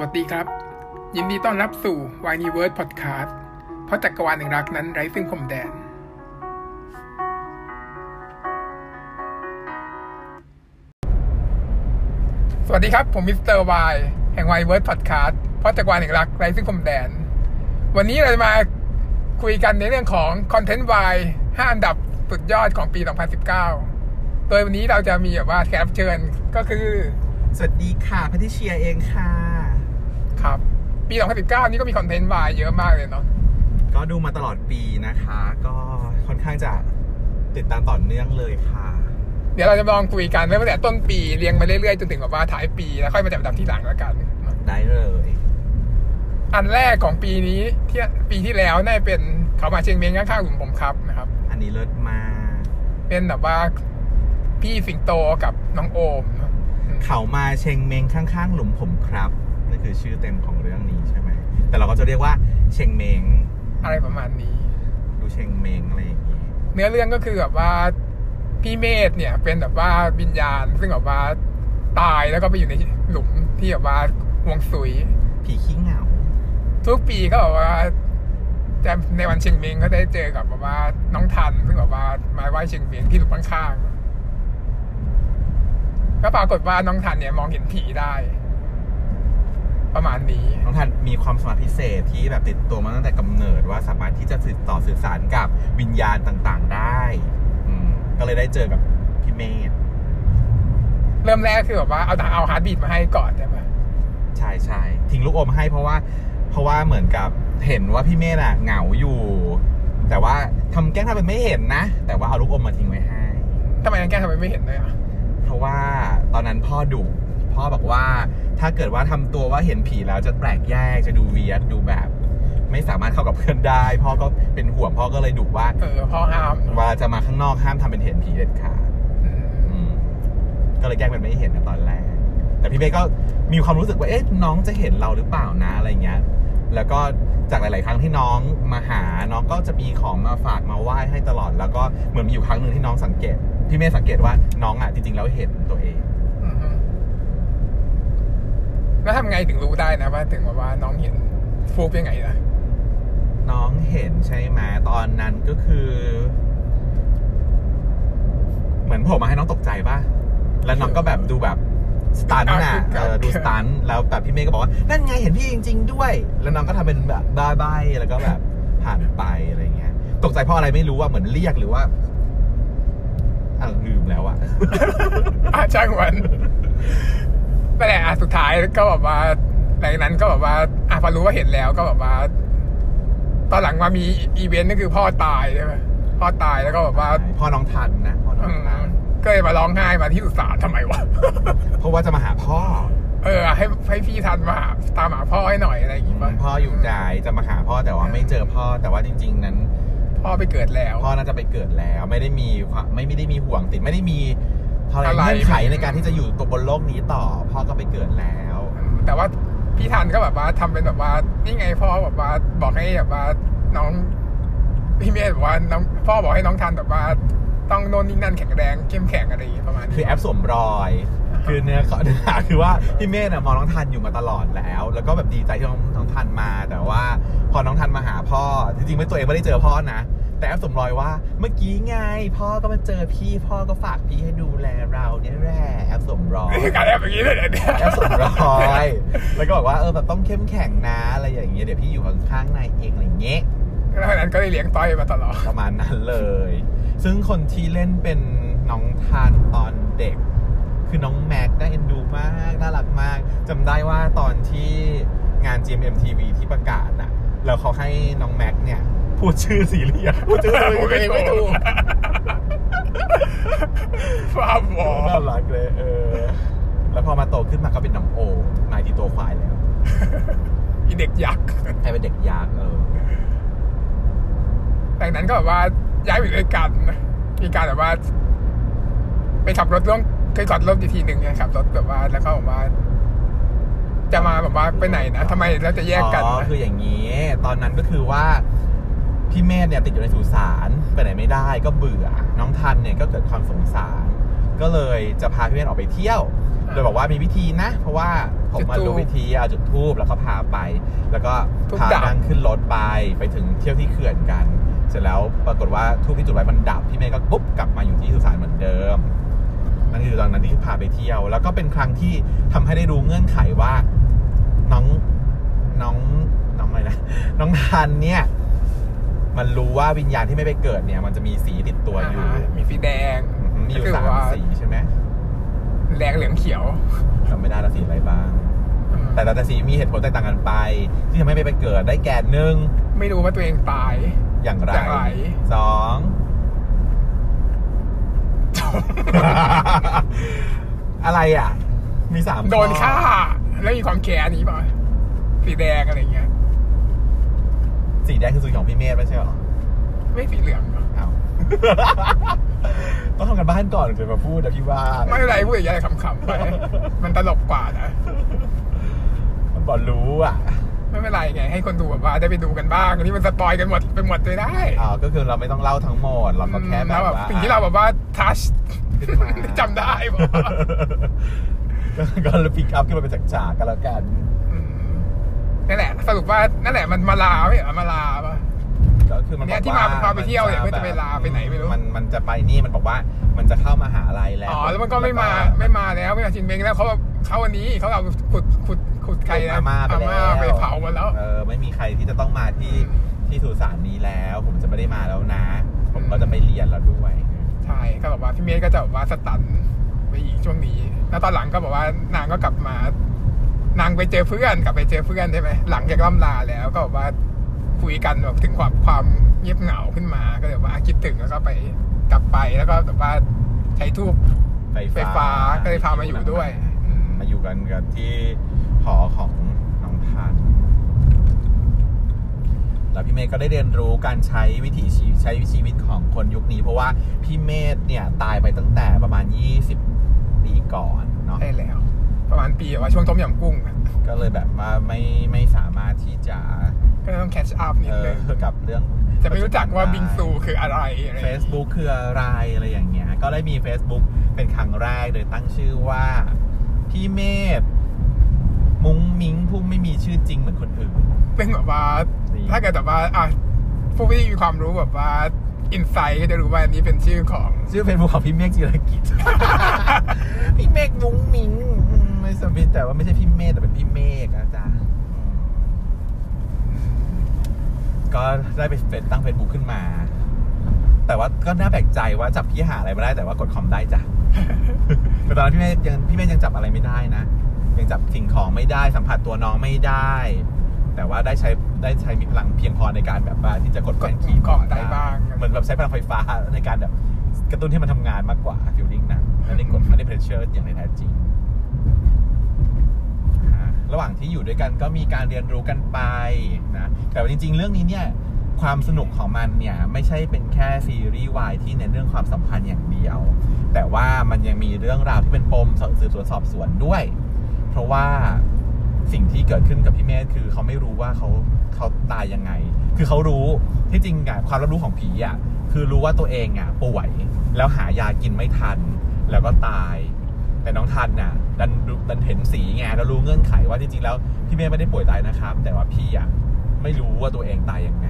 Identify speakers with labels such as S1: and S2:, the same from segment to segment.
S1: วัสดีครับ ยินดีต้อนรับสู่ w i n e w o r d Podcast เพราะจักรวาลแห่งรักนั้นไร้ซึ่งพรมแดน สวัสดีครับ ผมมิสเตอร์วายแห่ง w i n e w o r d Podcast เพราะจักรวาลแห่งรักไร้ซึ่งพรมแดน วันนี้เราจะมาคุยกันในเรื่องของคอนเทนต์วาย5อันดับสุดยอดของปี 2019 โดยวันนี้เราจะมีแบบว่าแขกรับเชิญก็คือ
S2: สวัสดีค่ะพัทิเชียเองค่ะ
S1: ครับ ปี 2019 นี่ก็มีคอนเทนต์วายเยอะมากเลยเนาะ
S2: ก็ดูมาตลอดปีนะคะ ก็ค่อนข้างจะติดตามต่อเนื่องเลยค่ะ
S1: เดี๋ยวเราจะลองคุยกันเริ่มตั้งแต่ต้นปีเรียงไปเรื่อยๆ จนถึงแบบว่าท้ายปี แล้วค่อยมาจับอันดับที่หลังแล้วกัน
S2: ได้เลย
S1: อันแรกของปีนี้ที่ปีที่แล้วน่าจะเป็นเขามาเชียงเมงข้างๆหลุมผมครับนะครับ
S2: อันนี้เลิศมาก
S1: เป็นแบบว่าพี่สิงโตกับน้องโอมเนอะ
S2: เขามาเชงเมงข้างๆ หลุมผมครับนั่นคือชื่อเต็มของเรื่องนี้ใช่ไหมแต่เราก็จะเรียกว่าเชงเมง
S1: อะไรประมาณนี้
S2: ดูเชงเมงอะไรอย่างงี้
S1: เนื้อเรื่องก็คือแบบว่าพี่เมธเนี่ย เป็นแบบว่าวิญญาณ ซึ่งแบบว่าตายแล้วก็ไปอยู่ในหลุมที่แบบว่าห่วงสุย
S2: ผีขี้เหงา
S1: ทุกปีก็แบบว่าจะในวันเชียงเมงก็ได้เจอกับแบบว่าน้องทันซึ่งแบบว่ามาไหว้เชียงเมงที่หลุมข้างๆก็ปรากฏว่าน้องทันเนี่ยมองเห็นผีได้ ประมาณนี้
S2: น้องทันมีความสามารถพิเศษที่แบบติดตัวมาตั้งแต่กำเนิดว่าสามารถที่จะสื่อต่อสื่อสารกับวิญญาณต่างๆได้อืมก็เลยได้เจอกับพี่เมธ
S1: เริ่มแรกคือแบบว่าเอาเอาฮาร์ดบีดมาให้ก่อนใช่ไหม
S2: ใช่ใช่ทิ้งลูกอมให้เพราะว่า เพราะว่าเหมือนกับเห็นว่าพี่เมธอะเหงาอยู่ แต่ว่าทำแกล้งทำเป็นไม่เห็นนะ แต่ว่าเอาลูกอมมาทิ้งไว้ให้
S1: ทำไมนางแก้วทำไมไม่เห็นเลยอ่ะ
S2: เพราะว่าตอนนั้นพ่อดุพ่อบอกว่าถ้าเกิดว่าทำตัวว่าเห็นผีแล้วจะแปลกแยกจะดูเวียดดูแบบ ไม่สามารถเข้ากับเพื่อนได้ พ่อก็เป็นห่วงพ่อก็เลยดุว่า
S1: เออพ่อห้าม
S2: ว่าจะมาข้างนอกห้ามทำเป็นเห็นผีเด็ดขาด
S1: อืม
S2: อืมก็เลยแกล้งเป็นไม่เห็นนะตอนแรก แต่พี่เบ้ก็มีความรู้สึกว่า เอ๊ะ น้องจะเห็นเราหรือเปล่านะอะไรเงี้ย แล้วก็จากหลาย ๆ ครั้งที่น้องมาหา น้องก็จะมีของมาฝากมาไหว้ให้ตลอด แล้วก็เหมือนมีอยู่ครั้งหนึ่งที่น้องสังเกต พี่เมย์สังเกตว่าน้องอ่ะจริง ๆ แล้วเห็นตัวเอง
S1: อืมแล้วทำไงถึงรู้ได้นะว่า ถึงแบบว่าน้องเห็นฟูบยังไงล่ะ
S2: น้องเห็นใช่ไหมตอนนั้นก็คือ เหมือนโผมมาให้น้องตกใจป่ะ แล้วน้องก็แบบดูแบบสตันน่ะ
S1: อ่ะคือการ
S2: เออดูสตันแล้วแบบพี่เมย์ก็บอกว่านั่นไงเห็นพี่จริง ๆ ด้วย แล้วน้องก็ทำเป็นแบบบายบายแล้วก็แบบผ่านไปอะไรเงี้ย ตกใจเพราะอะไรไม่รู้ว่าเหมือนเรียกหรือว่าอ่ะลืมแล้วอะ
S1: อาช่างมันนั่นแหละอ่ะสุดท้ายก็แบบว่าหลังจากนั้นก็แบบว่าอ่ะพอรู้ว่าเห็นแล้วก็แบบว่า ตอนหลังมามีอีเวนต์ก็คือพ่อตายใช่ไหมพ่อตายแล้วก็แบบว่า
S2: พ่อน้องทันนะพ่อน้
S1: อื
S2: อ
S1: ม
S2: งทัน
S1: ก็เลยมาร้องไห้มาที่สุสานทำไมวะ
S2: เพราะว่าจะมาหาพ่อ
S1: เออ ให้ให้พี่ทันมาหาตามหาพ่อให้หน่อยอะไรอย่างงี้ป่ะ
S2: พ่ออยู่ไหนจะมาหาพ่อแต่ว่าไม่เจอพ่อแต่ว่าจริง ๆ นั้น
S1: พ่อไปเกิดแล้ว
S2: พ่อน่าจะไปเกิดแล้วไม่ได้มีความไม่ไม่ได้มีห่วงติดไม่ได้มีอะไร
S1: อะไร
S2: เงื่อนไขในการที่จะอยู่บนโลกนี้ต่อ พ่อก็ไปเกิดแล้ว
S1: แต่ว่าพี่ทันก็แบบว่าทำเป็นแบบว่านี่ไงพ่อแบบว่าบอกให้แบบว่าน้องพี่เมธบอกว่าน้องพ่อบอกให้น้องทันแบบว่า ต้องโน่นนี่นั่นแข็งแรงเข้มแข็งอะไรอย่างงี้ประมาณ
S2: คือ
S1: นี้
S2: แอปสวมรอย คือเนื้อเขาเนื้อหาคือว่าพี่เมธน่ะมองน้องทันอยู่มาตลอดแล้ว แล้วก็แบบดีใจที่น้องน้องทันมา แต่ว่าพอน้องทันมาหาพ่อจริงๆไม่ตัวเองไม่ได้เจอพ่อนะ แต่แอปสวมรอยว่าเมื่อกี้ไง พ่อก็มาเจอพี่พ่อก็ฝากพี่ให้ดูแลเราเนี่ยแหละแอปสวมรอย
S1: นี่คือการแอบอย่างนี้เลยเหรอเนี่ย
S2: แอปสมรอยแล้วก็บอกว่าเออแบบต้องเข้มแข็งนะอะไรอย่างเงี้ยเดี๋ยวพี่อยู่ข้างๆนายเองอะไรเงี้ย
S1: แล้วจากนั้นก็ได้เลี้ยงต้อยมาตลอด
S2: ประมาณนั้นเลย ซึ่งคนที่เล่นเป็นน้องทานตอนเด็ก คือน้องแม็กซ์น่าเอ็นดูมากน่ารักมากจำได้ว่าตอนที่งาน GMMTV ที่ประกาศอะแล้วเขาให้น้องแม็กซ์เนี่ย พูดชื่อซีรีส์อะพูดชื่อซีรีส์ตัวเองไม่ถูก
S1: ฟ้าบอ
S2: น่ารักเลยเออ แล้วพอมาโตขึ้นมาก็เป็นน้องโอมายที่ตัวควายแล้ว
S1: อีเด็กยักษ์
S2: ให้เป็นเด็กยากเออ
S1: จากนั้นก็แบบว่าย้ายไปอยู่ด้วยกันมีการแบบว่า ไปขับรถร่วมเคยขับรถอยู่ทีหนึ่งเนี่ยขับรถแบบว่าแล้วเขาบอกว่า จะมาแบบว่าไปไหนนะทำไมเราจะแยกกัน
S2: อ๋อ
S1: นะ
S2: คืออย่างนี้ ตอนนั้นก็คือว่า พี่เมธเนี่ยติดอยู่ในสุสานไปไหนไม่ได้ก็เบื่อ น้องทันเนี่ยก็เกิดความสงสาร ก็เลยจะพาพี่เมธออกไปเที่ยว โดยบอกว่ามีวิธีนะ เพราะว่าผมมา
S1: จุดธูป
S2: รู้วิธีเอาจุดทูบแล้วก็พาไป แล้วก็
S1: ธูป
S2: พา
S1: ดับ
S2: นั่งขึ้นรถไปไปถึงเที่ยวที่เขื่อนกัน เสร็จแล้วปรากฏว่าทูบที่จุดไว้มันดับพี่เมย์ก็ปุ๊บกลับมาอยู่ที่สุสานเหมือนเดิม นั่นคือตอนนั้นที่พาไปเที่ยว แล้วก็เป็นครั้งที่ทำให้ได้รู้เงื่อนไขว่า น้องน้องน้องอะไรนะ น้องทันเนี่ย มันรู้ว่าวิญญาณที่ไม่ไปเกิดเนี่ย มันจะมีสีติดตัวอยู่
S1: อ่ามีสีแดง
S2: อืมมีอยู่
S1: ก็
S2: สา
S1: คื
S2: ม
S1: ว่
S2: สีใช่ไหม
S1: แดงเหลืองเขียว
S2: จำไม่ได้แล้วสีอะไรบ้าง แต่แต่ละสีมีเหตุผลแตกต่างกันไป ที่ทำให้ไม่ไปเกิดได้แก่หนึ่ง
S1: ไม่รู้ว่าตัวเองตาย
S2: อย่างไร
S1: อย่างไร
S2: สอง อะไรอ่ะ มีสาม
S1: โดน
S2: ข้อ
S1: ฆ่า แล้วมีความแค้นนี้ป่ะสีแดงอะไรเงี้ย
S2: สีแดงคือสีของพี่เมธไม่ใช่เหรอ
S1: ไม่สีเหลืองเหรอ
S2: เอา ต้องทำกันบ้านก่อนถึงจะมาพูดนะพี่ว่า
S1: ไม่เป็นไรพูดอย่างเงี้ยอะไรขำๆไปมันตลกกว่านะ
S2: มันบอกรู้อ่ะ
S1: ไม่เป็นไรไง ให้คนดูแบบว่าได้ไปดูกันบ้างอันนี้มันสปอยกันหมดไปหมดเลยได้
S2: อ่าก็คือเราไม่ต้องเล่าทั้งหมด เราก็แค่แบบ
S1: ล้ว
S2: ว่า
S1: สิ่งที่เราแบบว่าทัช
S2: ขึ้นมา
S1: จำได้ ป่ะ
S2: ก็ก็เลยปิกอัพขึ้นมาเป็นจากจากๆกันแล้วกัน
S1: นั่นแหละ สรุปว่านั่นแหละมันมาลาไม่เหรอมาลาป่ะ
S2: ก็คือมันบ
S1: เนี่
S2: อ
S1: ย
S2: กว่า
S1: ที่มาพาไปเที่ยวเนี่ยเพื่อจะไปลาไปไหนไม่รู้
S2: มันมันจะไปนี่มันบอกว่ามันจะเข้ามหาลัยแล้ว
S1: อ๋อแล้วมันก็ไม่มาไม่มาแล้วไม่มาชินเมงแล้วเขาแบบเขาวันนี้เขาเอาขุดขุดขุดใครนะ
S2: อาม่าไป
S1: อา
S2: แล้
S1: ม่าว ไปเผาหมดแล้ว
S2: เออไม่มีใครที่จะต้องมาที่
S1: อืม
S2: ที่สุสานนี้แล้ว ผมจะไม่ได้มาแล้วนะ ผมก็จะไม่เรียนแล้วด้วย
S1: ใช่ก็บอกว่าพี่เมย์ก็จะแบบว่าสตันไปอีกช่วงนี้ แล้วตอนหลังก็บอกว่านางก็กลับมา นางไปเจอเพื่อนกลับไปเจอเพื่อนใช่ไหมหลังจากล่ำลาแล้วก็บอกว่าคุยกันแบบถึงความความเงียบเหงาขึ้นมา ก็เลยว่าคิดถึงแล้วก็ไปกลับไปแล้วก็แบบว่าใช้ทูบ
S2: ไฟ
S1: ไฟฟ้าก็เลยพามาอยู่ด้วย
S2: มาอยู่กันกับที่หอของน้องทันแล้วพี่เมธก็ได้เรียนรู้การใช้วิถีชีวิตใช้ชีวิตของคนยุคนี้ เพราะว่าพี่เมธเนี่ยตายไปตั้งแต่ประมาณ 20 ปีก่อนเนาะ
S1: ได้แล้ว ประมาณปีแบบว่าช่วงต้มยำกุ้งอะ
S2: ก็เลยแบบว่าไม่ไม่สามารถที่จะ
S1: ก็ต้องแคชอัพนิ
S2: เอ
S1: ดนึ
S2: อง กับเรื่อง
S1: จะไม่รู้จักว่าบิงซูคืออะไรอะไรอย่างเงี้ย
S2: Facebook คืออะไรอะไรอย่างเงี้ย ก็ได้มี Facebook เป็นครั้งแรกโดยตั้งชื่อว่า พี่เมธมุ้งมิ้งผู้ไม่มีชื่อจริงเหมือนคนอื่น
S1: ซึ่งแบบว่า
S2: ดี
S1: ถ้าเกิดแบบว่าอ่ะผู้ที่มีความรู้แบบว่าอินไซต์ก็จะรู้ว่าอันนี้เป็นชื่อของ
S2: ชื่อ Facebook ของพี่เมฆจิรกิจ พี่เมฆมุ้งมิ้งอืมไม่สมิธแต่ว่าไม่ใช่พี่เมฆแต่เป็นพี่เมฆนะจ๊ะอืมก็ได้ไปเฟซตั้ง Facebook ขึ้นมา แต่ว่าก็น่าแปลกใจว่าจับพี่หาอะไรไม่ได้แต่ว่ากดคอมได้ จ้ะ แต่ตอนนั้นพี่เมฆยังพี่เมฆยังจับอะไรไม่ได้นะ ยังจับสิ่งของไม่ได้สัมผัสตัวน้องไม่ได้ แต่ว่าได้ใช้ได้ใช้มีพลังเพียงพอในการแบบว่าที่จะกด
S1: ก
S2: แป้
S1: ด
S2: นคี
S1: ขี่
S2: ย์บ
S1: ก่อ
S2: ร์
S1: นได้บ้าง
S2: เหมือนแบบใช้พลังไฟฟ้าในการแบบกระตุ้นให้มันทำงานมากกว่าฟิลลิ่งนะไม่ได้กดไม่ได้เพรสเชอร์อย่างในแท้จริงอ่าระหว่างที่อยู่ด้วยกันก็มีการเรียนรู้กันไปนะแต่ว่าจริง ๆ เรื่องนี้เนี่ย ความสนุกของมันเนี่ย ไม่ใช่เป็นแค่ซีรีส์วายที่เน้นเรื่องความสัมพันธ์อย่างเดียว แต่ว่ามันยังมีเรื่องราวที่เป็นปมสืบสวนสอบสวนด้วย เพราะว่าสิ่งที่เกิดขึ้นกับพี่เมธคือเขาไม่รู้ว่าเขาเขาตายยังไง คือเขารู้ที่จริงอะความรับรู้ของผีอะคือรู้ว่าตัวเองอะป่วย แล้วหายากินไม่ทัน แล้วก็ตาย แต่น้องทันน่ะดันรู้ดันเห็นสีไงแล้วรู้เงื่อนไขว่าจริงๆแล้วพี่เมธไม่ได้ป่วยตายนะครับ แต่ว่าพี่อะไม่รู้ว่าตัวเองตายยังไง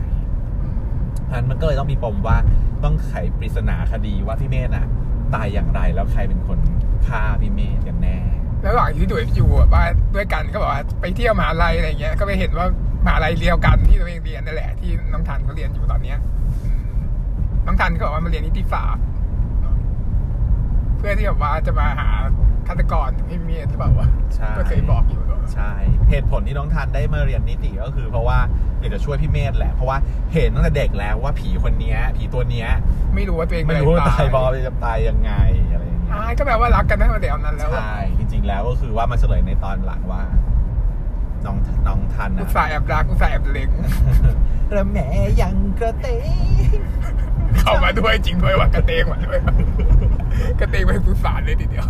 S2: เพราะฉะนั้นมันก็เลยต้องมีปมว่าต้องไขปริศนาคดีว่าพี่เมธน่ะ ตายอย่างไรแล้วใครเป็นคนฆ่าพี่เมธกันแน่
S1: แล้วระหว่างที่ดูอยู่แบบว่าด้วยกันก็บอกว่าไปเที่ยวมหาลัยอะไรเงี้ย ก็ไปเห็นว่ามหาลัยเดียวกันที่ตัวเองเรียนนั่นแหละที่น้องทันเขาเรียนอยู่ตอนเนี้ยอืมน้องทันก็บอกว่ามาเรียนนิติศาสตร์เนอะเพื่อที่แบบว่าจะมาหาฆาตกรพี่เมียหรือเปล่าวะ
S2: ใช่
S1: ก็เคยบอกอยู่ว่า
S2: ใช่ เหตุผลที่น้องทันได้มาเรียนนิติก็คือ เพราะว่าอยากจะช่วยพี่เมธแหละ เพราะว่าเห็นตั้งแต่เด็กแล้วว่าผีคนเนี้ย ผีตัวเนี้ย
S1: ไม่รู้ว่าตัวเอง
S2: ไม่
S1: เป็นอะ
S2: รู้ว่า
S1: ไร
S2: ตายบอลจะตายยังไงอะไรอย่างเงี้ย
S1: อ่าก็แปลว่ารักกันตั้งแต่เดี๋ยวนั้นแล้วอะ
S2: ใช่ จริง ๆ แล้วก็คือว่ามาเฉลยในตอนหลังว่า น้องน้องทัน
S1: อุ
S2: นะ
S1: ตส่าห์แอบรักอุตส่าห์แอบเล็ง
S2: ระแหมยังกระเตง
S1: เข้ามาด้วยจริงด้วยว่ะกระเตงมาด้วยว่ะกระเตงไปฟุตสารเลยทีเดียว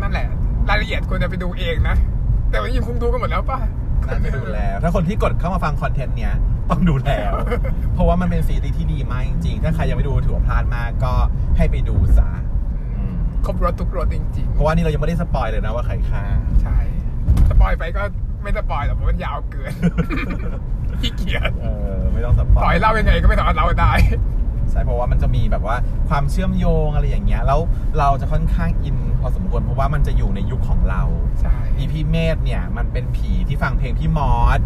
S1: นั่นแหละ รายละเอียดควรจะไปดูเองนะ แต่วันนี้คงดูกันหมดแล้วป่ะ
S2: น่าจะดูแล้ว ถ้าคนที่กดเข้ามาฟังคอนเทนต์เนี้ยต้องดูแล้ว เพราะว่ามันเป็นซีรีส์ที่ดีมากจริงๆ ถ้าใครยังไม่ดูถือว่าพลาดมากก็ให้ไปดูซะอืม
S1: ครบรถทุกรถจริง
S2: เพราะว่านี่เรายังไม่ได้สปอยเลยนะว่าใครฆ่า
S1: ๆ ใช่ สปอยไปก็ไม่สปอยหรอกเพราะมันยาวเกิน ขี้เกียจ
S2: เออไม่ต้องสปอย
S1: ต่อยเล่ายังไงก็ไม่สามารถเล่าได้
S2: ใช่เพราะว่ามันจะมีแบบว่าความเชื่อมโยงอะไรอย่างเงี้ยแล้วเราจะค่อนข้างอินพอสมควรเพราะว่ามันจะอยู่ในยุคของเรา
S1: ใช่
S2: อีพี่เมธเนี่ยมันเป็นผีที่ฟังเพลงพี่มอส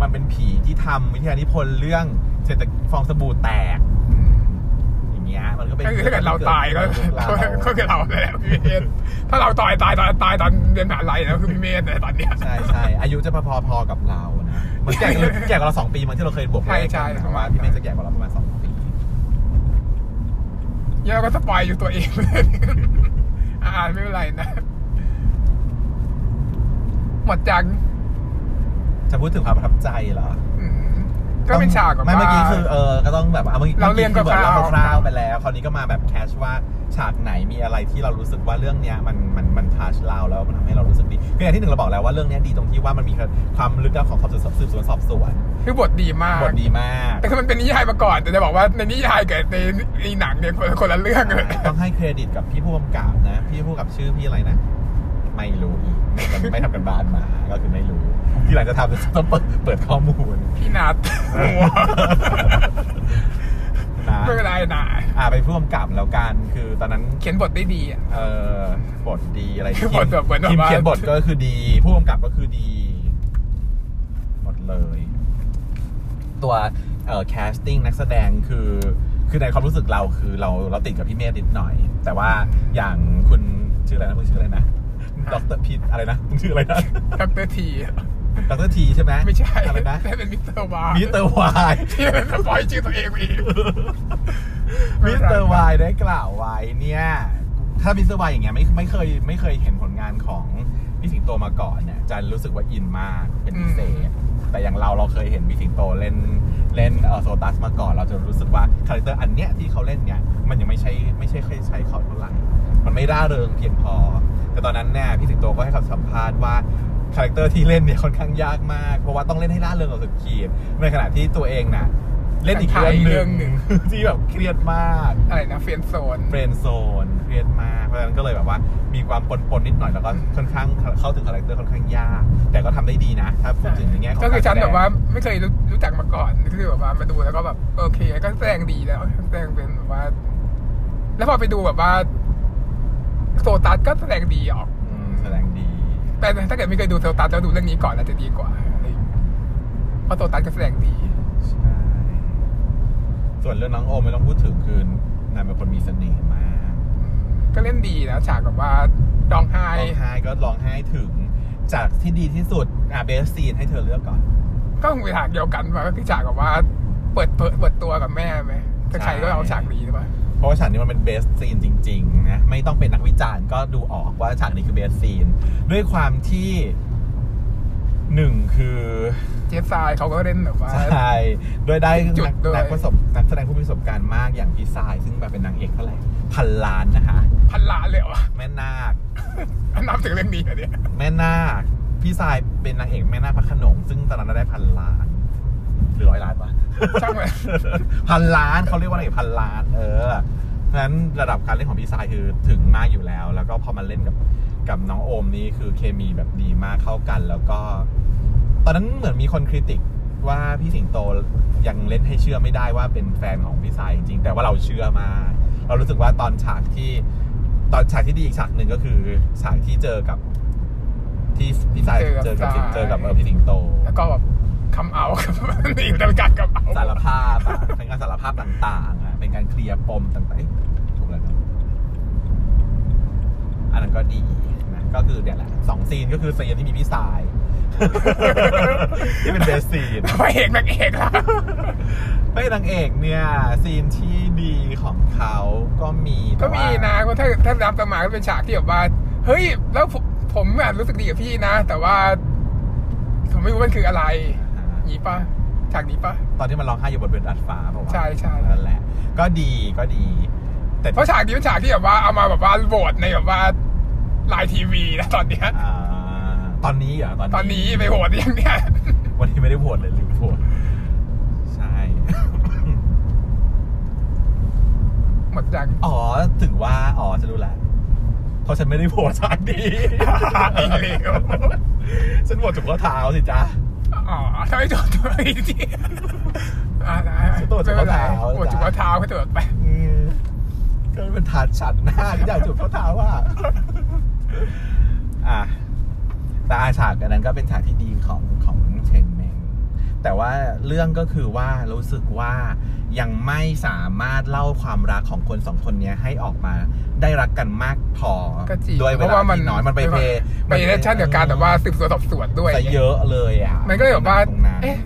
S2: มันเป็นผีที่ทำวิทยานิพนธ์เรื่องเศรษฐกิจฟองสบู่แตกอย่างเงี้ยมันก็เป็น
S1: ก็คือถ้าเกิดเราตายก็
S2: เรื่องราว
S1: ก็คือเราแหละพี่เมธถ้าเราตายตายตายตายตอนเรียนมหาลัยแล้วคือพี่เมธในตอนเนี้ย
S2: ใช่ใช่อายุจะพอๆกับเรานะเหมันแก่กว่าเราแก่กว่าเราสองปีเหมันที่เราเคยบวกเลข
S1: ใช่
S2: กัน
S1: ใช่
S2: นะว่าพี่เมธจะแก่กว่าเราประมาณสองปี
S1: เนี่ยเราก็สปอยอยู่ตัวเองเลย อ่านไม่เป็นไรนะ หมดจัง
S2: จะพูดถึงความประทับใจเหรอ
S1: อืมก็เป็นฉากของ
S2: ไม่เมื่อกี้คือเออก็ต้องแบบเอาเมื่อกี้
S1: เราเรียน
S2: มื่อ
S1: คร่าวๆ
S2: คือหมือนเล่คร่าวๆไปแล้วคราวนี้ก็มาแบบแคชว่าฉากไหนมีอะไรที่เรารู้สึกว่าเรื่องเนี้ยมันมันมันทัชเราแล้วมันทำให้เรารู้สึกดีคืออย่างที่หนึ่งเราบอกแล้วว่าเรื่องเนี้ยดีตรงที่ว่ามันมีความลึกลับของความสืบสวนสอบสวน
S1: คือบทดีมาก
S2: บทดีมาก
S1: แต่คือมันเป็นนิยายมาก่อน แต่จะบอกว่าในนิยายกับในในหนังเนี่ยคนละเรื่องเลย
S2: ต้องให้เครดิตกับพี่ผู้กำกับนะ พี่ผู้กำกับชื่อพี่อะไรนะ ไม่รู้อีกไม่ทำกันบ้านมาก็คือไม่รู้ที่หลังจะทำต้องเปิดเปิดข้อมูล
S1: พี่นัทหัว
S2: นะ
S1: ไม่เป็นไรนะ
S2: อ่าไปนผู้กำกับแล้วกันคือตอนนั้น
S1: เขียนบทได้ดีอ่ะ
S2: เออบทดีอะไร
S1: คื อบทแบบเหมือนแบบ
S2: ทีม
S1: ว่า
S2: เขียนบทก็คือดีผู้กำกับก็คือดีหมดเลย ตัวเอ่อแคสติ้งนักแสดงคือคือในความรู้สึกเราคือเราเราติดกับพี่เมธนิดหน่อย แต่ว่าอย่างคุณชื่ออะไรนะมึงชื่ออะไร นะดรพีอะไรนะมึงชื่ออะไรนะ
S1: ดรที
S2: ดรทีใช่ไหม
S1: ไม่ใช่
S2: อะไร นะ
S1: แต่เป็นมิสเตอร์วา
S2: มิสเตอร์วาย
S1: ที่เป็นสปอยชื่อตัวเองไปอีก
S2: มิสเตอร์วายได้กล่าวไว้เนี่ย ถ้ามิสเตอร์วายอย่างเงี้ยไม่ไม่เคยไม่เคยเห็นผลงานของพี่สิงโตมาก่อนเนี่ยจะรู้สึกว่าอินมากเป็นพิเศษ แต่อย่างเราเราเคยเห็นพี่สิงโตเล่นเล่นเออโซตัสมาก่อน เราจะรู้สึกว่าคาแรคเตอร์อันเนี้ยที่เขาเล่นเนี่ยมันยังไม่ใช่ไม่ใช่เคยใช้เขาเท่าไหร่มันไม่ร่าเริงเพียงพอ แต่ตอนนั้นเนี่ยพี่สิงโตก็ให้คำสัมภาษณ์ว่าคาแรคเตอร์ที่เล่นเนี่ยค่อนข้างยากมากเพราะว่าต้องเล่นให้ร่าเริงกับสุดขีดในขณะที่ตัวเองน่ะเล่นอีกเรื่องหนึ่ง
S1: เรื่องหนึ่ง
S2: ที่แบบเครียดมาก
S1: อะไรนะเฟนโซน
S2: เฟรนด์โซนเครียดมาก เพราะฉะนั้นก็เลยแบบว่ามีความปนๆนิดหน่อยแล้วก็ค่อนข้างเข้าถึงคาแรคเตอร์ค่อนข้างยาก แต่ก็ทำได้ดีนะ ถ้าพูดถึงในแง่ของ
S1: ก็คือฉัน
S2: กรสดง
S1: แบบว่าไม่เคยรู้รู้จักมาก่อนก็คือแบบว่ามาดูแล้วก็แบบโอเค ก็แสดงดีแล้วแสดงเป็นแบบว่า แล้วพอไปดูแบบว่าโซตัสก็แสดงดีออก
S2: อืมแสดงดี
S1: แต่ถ้าเกิดไม่เคยดูโซตัสแล้วดูเรื่องนี้ก่อนอาจจะดีกว่าอะไรอย่างเงี้ยเพราะโซตัสก็แสดงดี
S2: ใช่ ส่วนเรื่องน้องโอมไม่ต้องพูดถึงคือนางเป็นคนมีเสน่ห์มาก
S1: ก็เล่นดีนะฉากแบบว่าร้องไห้
S2: ร้องไห้ก็ร้องไห้ถึง จากที่ดีที่สุดอ่ะเบสซีนให้เธอเลือกก่อน
S1: ก็คงเป็นฉากเดียวกันมาก็คือฉากแบบว่าเปิดเปิดเปิดตัวกับแม่ไหมแต่ใครก็เอาฉากนี้หรือเปล่า
S2: เพราะว่าฉากนี้มันเป็นเบสซีนจริงๆนะไม่ต้องเป็นนักวิจารณ์ก็ดูออกว่าฉากนี้คือเบสซีน ด้วยความที่หนึ่งคือ
S1: เจฟซายเขาก็เล่นแบบว่า
S2: ใช่โดยได้
S1: จุดด้วย
S2: นักประสบนักแสดงผู้มีประสบการณ์มากอย่างพี่สาย ซึ่งแบบเป็นนางเอกเท่าไหร่พันล้านนะคะ
S1: พันล้านเลยเหรอวะ
S2: แม่นาค
S1: นับถึงเรื่องนี้เหรอเนี่ย
S2: แม่นาคพี่สายเป็นนางเอกแม่นาคพระโขนงซึ่งตอนนั้นได้พันล้าน หรือร้อยล้านวะ
S1: ช่างมัน
S2: พันล้านเขาเรียกว่าอะไรพันล้าน เออเพราะฉะนั้นระดับการเล่นของพี่สายคือถึงมากอยู่แล้ว แล้วก็พอมาเล่นกับกับน้องโอมนี่คือเคมีแบบดีมากเข้ากัน แล้วก็ ตอนนั้นเหมือนมีคนคริติกว่าพี่สิงโตยังเล่นให้เชื่อไม่ได้ว่าเป็นแฟนของพี่สายจริงๆแต่ว่าเราเชื่อมากเรารู้สึกว่าตอนฉากที่ ตอนฉากที่ดีอีกฉากหนึ่งก็คือฉากที่เจอกับ ที่พี่สายเจ
S1: เจ
S2: อ
S1: อกั
S2: กับบ
S1: สาย
S2: เจอกับเออพี่สิงโต
S1: แล้วก็แบบคำเอาครับ นี่อยู่ในการคำเอา
S2: สารภาพอะเป็นการสารภาพต่างๆอะเป็นการเคลียร์ปมต่างๆเอ๊ะถูกแล้วเนอะอันนั้นก็ดีนะก็คือเนี่ยแหละสองซีนก็คือซีนที่มีพี่สาย ที่เป็นเบสซีน
S1: พระเอกนางเอก ล่ะ
S2: ไม่นางเอกเนี่ย ซีนที่ดีของเขาก็มี
S1: ก็
S2: แต่ว่า
S1: มีนะก็ถ้าถ้ารับสมาก็เป็นฉากที่แบบว่าเฮ้ย แล้วผมผมอะรู้สึกดีกับพี่นะ แต่ว่า ผมไม่รู้มันคืออะไร
S2: อ่า
S1: หนีปะฉากนี้ปะ
S2: ตอนที่มันร้องไห้อยู่บนเรือนดาดฟ้าเพราะว่า
S1: ใช่ใช่
S2: นั่นแหละ ก็ดีก็ดี แต่
S1: เพราะฉากนี้เป็นฉากที่แบบว่าเอามาแบบว่าโหวตในแบบว่าไลน์ทีวีนะตอนเนี้ย
S2: อ่าตอนนี้เหรอตอนนี้
S1: ตอนนี้ไปโหวตยังเนี่ย
S2: วันนี้ไม่ได้โหวตเลยลืมโหวตใช่
S1: หมดจัง
S2: อ๋อ ถึงว่า อ๋อ จะรู้แล้ว ราะฉันไม่ได้โหวตทาง นี้
S1: อีกแล้ว
S2: ฉันโหวตถูกข้อเท้าสิจ๊ะ
S1: อ๋อทำไมตรวจตัวอีกทีอ่าได้
S2: ตรวจจุกเท้า
S1: ไม่ป็นไรตรวจจุกเท้าก็ตรวจไป
S2: อืมก็เป็นทานฉันหน้าที่อยากถูกข้อเท้าว่า อ่ะแต่อาฉากอันนั้นก็เป็นฉากที่ดีของของเชงเมง แต่ว่าเรื่องก็คือว่ารู้สึกว่ายังไม่สามารถเล่าความรักของคนสองคนเนี้ยให้ออกมาได้รักกันมากพอ
S1: ก็จริง
S2: ด้วยเว
S1: เพราะ
S2: ลา
S1: ว่ามัน
S2: ที่น้อยมันไปเพย์
S1: ไปเรชั่นกับการแบบว่าสืบสวนสอบสวนด้วย
S2: ซะเยอะเลยอ่ะ
S1: มันก็เลยแบบว่า
S2: ตรงนั้น
S1: เอ๊ะ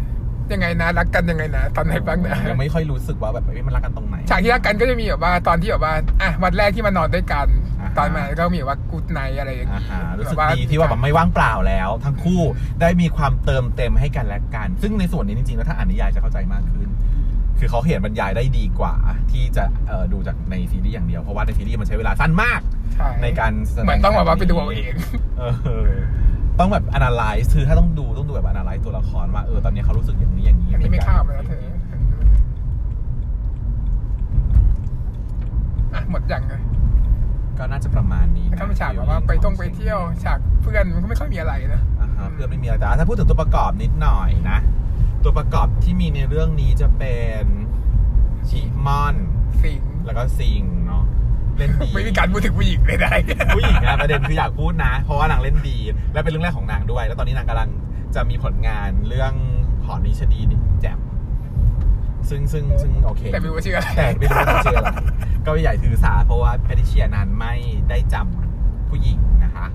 S1: ยังไงนะรักกันยังไงนะ ตอนไหนบ้างนะ
S2: ยังไม่ค่อยรู้สึกว่าแบบเอ้ยมันรักกันตรงไหน
S1: ฉากที่รักกันก็จะมีแบบว่าตอนที่แบบว่าอ่ะวันแรกที่มานอนด้วยกัน
S2: อ่าฮะ
S1: ตอนมาก็มีแบบว่ากูดไนอะไรอย่าง
S2: อ่า
S1: งี้
S2: ฮะรู้สึกดีที่ว่าแบบไม่ว่างเปล่าแล้ว ทั้งคู่ได้มีความเติมเต็มให้กันและกัน ซึ่งในส่วนนี้จริงๆแล้วถ้าอ่านนิยายจะเข้าใจมากขึ้น คือเขาเขียนบรรยายได้ดีกว่า ที่จะเอ่อดูจากในซีรีส์อย่างเดียว เพราะว่าในซีรีส์มันใช้เวลาสั้นมาก
S1: ใช่
S2: ในการแสด
S1: เหมือนต้องแบบว่าไปดูเอาเอง
S2: เออต้องแบบ analyze คือถ้าต้องดูต้องดูแบบ analyze ตัวละครว่าเออตอนนี้เขารู้สึกอย่างนี้อย่างนี้
S1: อันนี้ไม่ข้ามไปแล้วเธออ่ะหมดยังเลย
S2: ก็น่าจะประมาณนี้
S1: แล้วก็มีฉากแบบว่าไปท่องไปเที่ยว ฉากเพื่อนมันก็ไม่ค่อยมีอะไรนะ
S2: อ่าฮะเพื่อนไม่มีอะไรแต่ถ้าพูดถึงตัวประกอบนิดหน่อยนะ ตัวประกอบที่มีในเรื่องนี้จะเป็นชิมอน
S1: สิง
S2: แล้วก็ซิงเนาะเล่นดี
S1: ไม่มีการพูดถึงผู้หญิงเลยได้
S2: ผู้หญิงนะประเด็นคืออยากพูดนะ เพราะว่านางเล่นดี และเป็นเรื่องแรกของนางด้วย แล้วตอนนี้นางกำลังจะมีผลงานเรื่องหอนิชดีแจ่มซึ่งซึ่งซึ่งโอเค
S1: แต่ไม่รู้ว่าชื่ออะไร
S2: แต่ไม่รู้ว่าชื่ออะไรก็ไม่ใหญ่ถือสาเพราะว่าแพทริเชียนั้นไม่ได้จำผู้หญิงนะคะ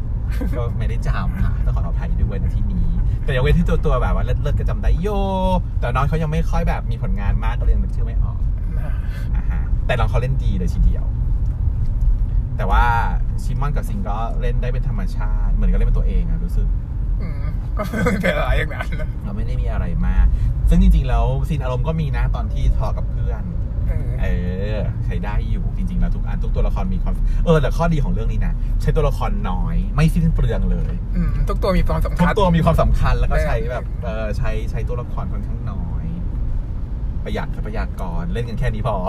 S2: ก็ไม่ได้จำค่ะต้องขออภัยด้วยในที่นี้ แต่ยังเว้นที่ตัวตัวแบบว่าเลิศเลิศก็จำได้โย แต่น้องเขายังไม่ค่อยแบบมีผลงานมากก็เลยยังนึกชื่อไม่ออก อ่าฮะแต่ลองเขาเล่นดีเลยทีเดียว แต่ว่าชิมอนกับซิงก็เล่นได้เป็นธรรมชาติ เหมือนก็เล่นเป็นตัวเองอะรู้สึก
S1: อืมก็ไม่เป็นอะไรอย่างนั้นนะ
S2: เราไม่ได้มีอะไรมากซึ่งจริง ๆ แล้วซีนอารมณ์ก็มีนะตอนที่ทะเลาะกับเพื่อน
S1: เออ
S2: เออ ใช้ได้อยู่จริง ๆ แล้วทุกอันทุกตัวละครมีความเออแต่ข้อดีของเรื่องนี้นะใช้ตัวละครน้อย ไม่สิ้นเปลืองเลย
S1: อืมทุกตัวมีความสำ
S2: ทุก
S1: คัญ
S2: ตัวมีความสำคัญแล้วก็ใช้
S1: แน่
S2: แบบเออใช้ใช้ตัวละครค่อนข้างน้อย ประหยัดทรัพยากรเล่นกันแค่นี้พอ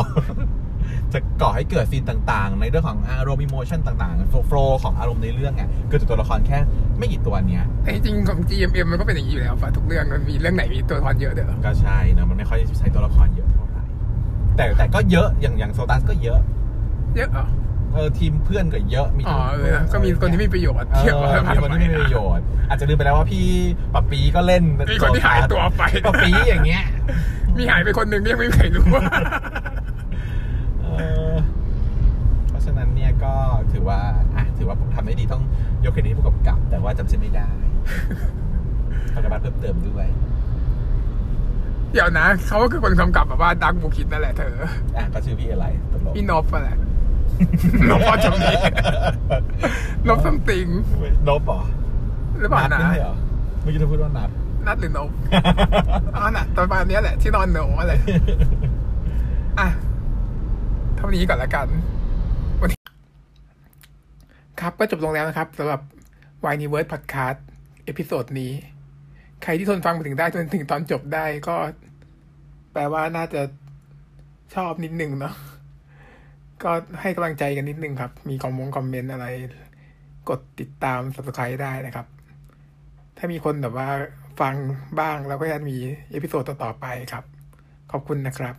S2: จะก่อให้เกิดซีนต่างๆ ในเรื่องของอารมณ์อิโมชันต่างๆโฟล์ของอารมณ์ในเรื่องอ่ะเกิดจากตัวละครแค่ไม่กี่ตัวเนี้ย
S1: แต่จริงๆของ GMM มันก็เป็นอย่างนี้อยู่แล้วป่ะทุกเรื่องมันมีเรื่องไหนมีตัวละครเยอะเด้อ
S2: ก็ใช่นะมันไม่ค่อยใช้ตัวละครเยอะเท่าไหร่แต่แต่ก็เยอะอย่างอย่างโซตัสก็เยอะ
S1: เยอะเหรอ
S2: เออทีมเพื่อนก็เยอะมี
S1: อ๋อ
S2: ทั้ง
S1: เออนะก็มีคนที่มีประโยชน์
S2: เอ
S1: เทียบ
S2: อ
S1: กับ
S2: มีคนที่มีประโยชน์ อาจจะลืมไปแล้วว่าพี่ปะปีก็เล่น
S1: มีคนที่หายตัวไป
S2: ปะปีอย่างเงี้ย
S1: มีหายไปคนหนึ่งก็ยังไม่มีใครรู้ว่า
S2: เออเพราะฉะนั้นเนี่ยก็ถือว่าอ่ะถือว่าผมทำได้ดีต้องยกเครดิตให้ผู้กำกับ แต่ว่าจำชื่อไม่ได้ ทำการบ้านเพิ่มเติมด้วย
S1: เดี๋ยวนะเขาก็คือคนกำกับแบบว่าดักบุคิดนั่นแหละเธอ
S2: อ่ะก็ชื่อพี่อะไรตลก
S1: พี่นพนั่นแหละ นพพอจำนี้นพซัมติง
S2: น บเหรอ
S1: หรือเปล่า
S2: นั
S1: นะ
S2: ดไม่ใช่เหรอเมื่อกี้เธอพูดว่านัด
S1: นัดหรือนพ อ๋อน่ะตอนประมาณเนี้ยแหละที่นอนหนูอะไร อ่ะ เท่านี้ก่อนละกันวันนี้ครับก็จบลงแล้วนะครับสำหรับ w i n e w o r d Podcast เอพิโซดนี้ ใครที่ทนฟังมาถึงได้จนถึงตอนจบได้ก็ แปลว่าน่าจะชอบนิดนึงเนาะก็ให้กำลังใจกันนิดนึงครับ มีคอมมงคอมเมนต์อะไร กดติดตาม subscribe ได้นะครับ ถ้ามีคนแบบว่าฟังบ้างเราก็จะมีเอพิโซดต่อๆไปครับ ขอบคุณนะครับ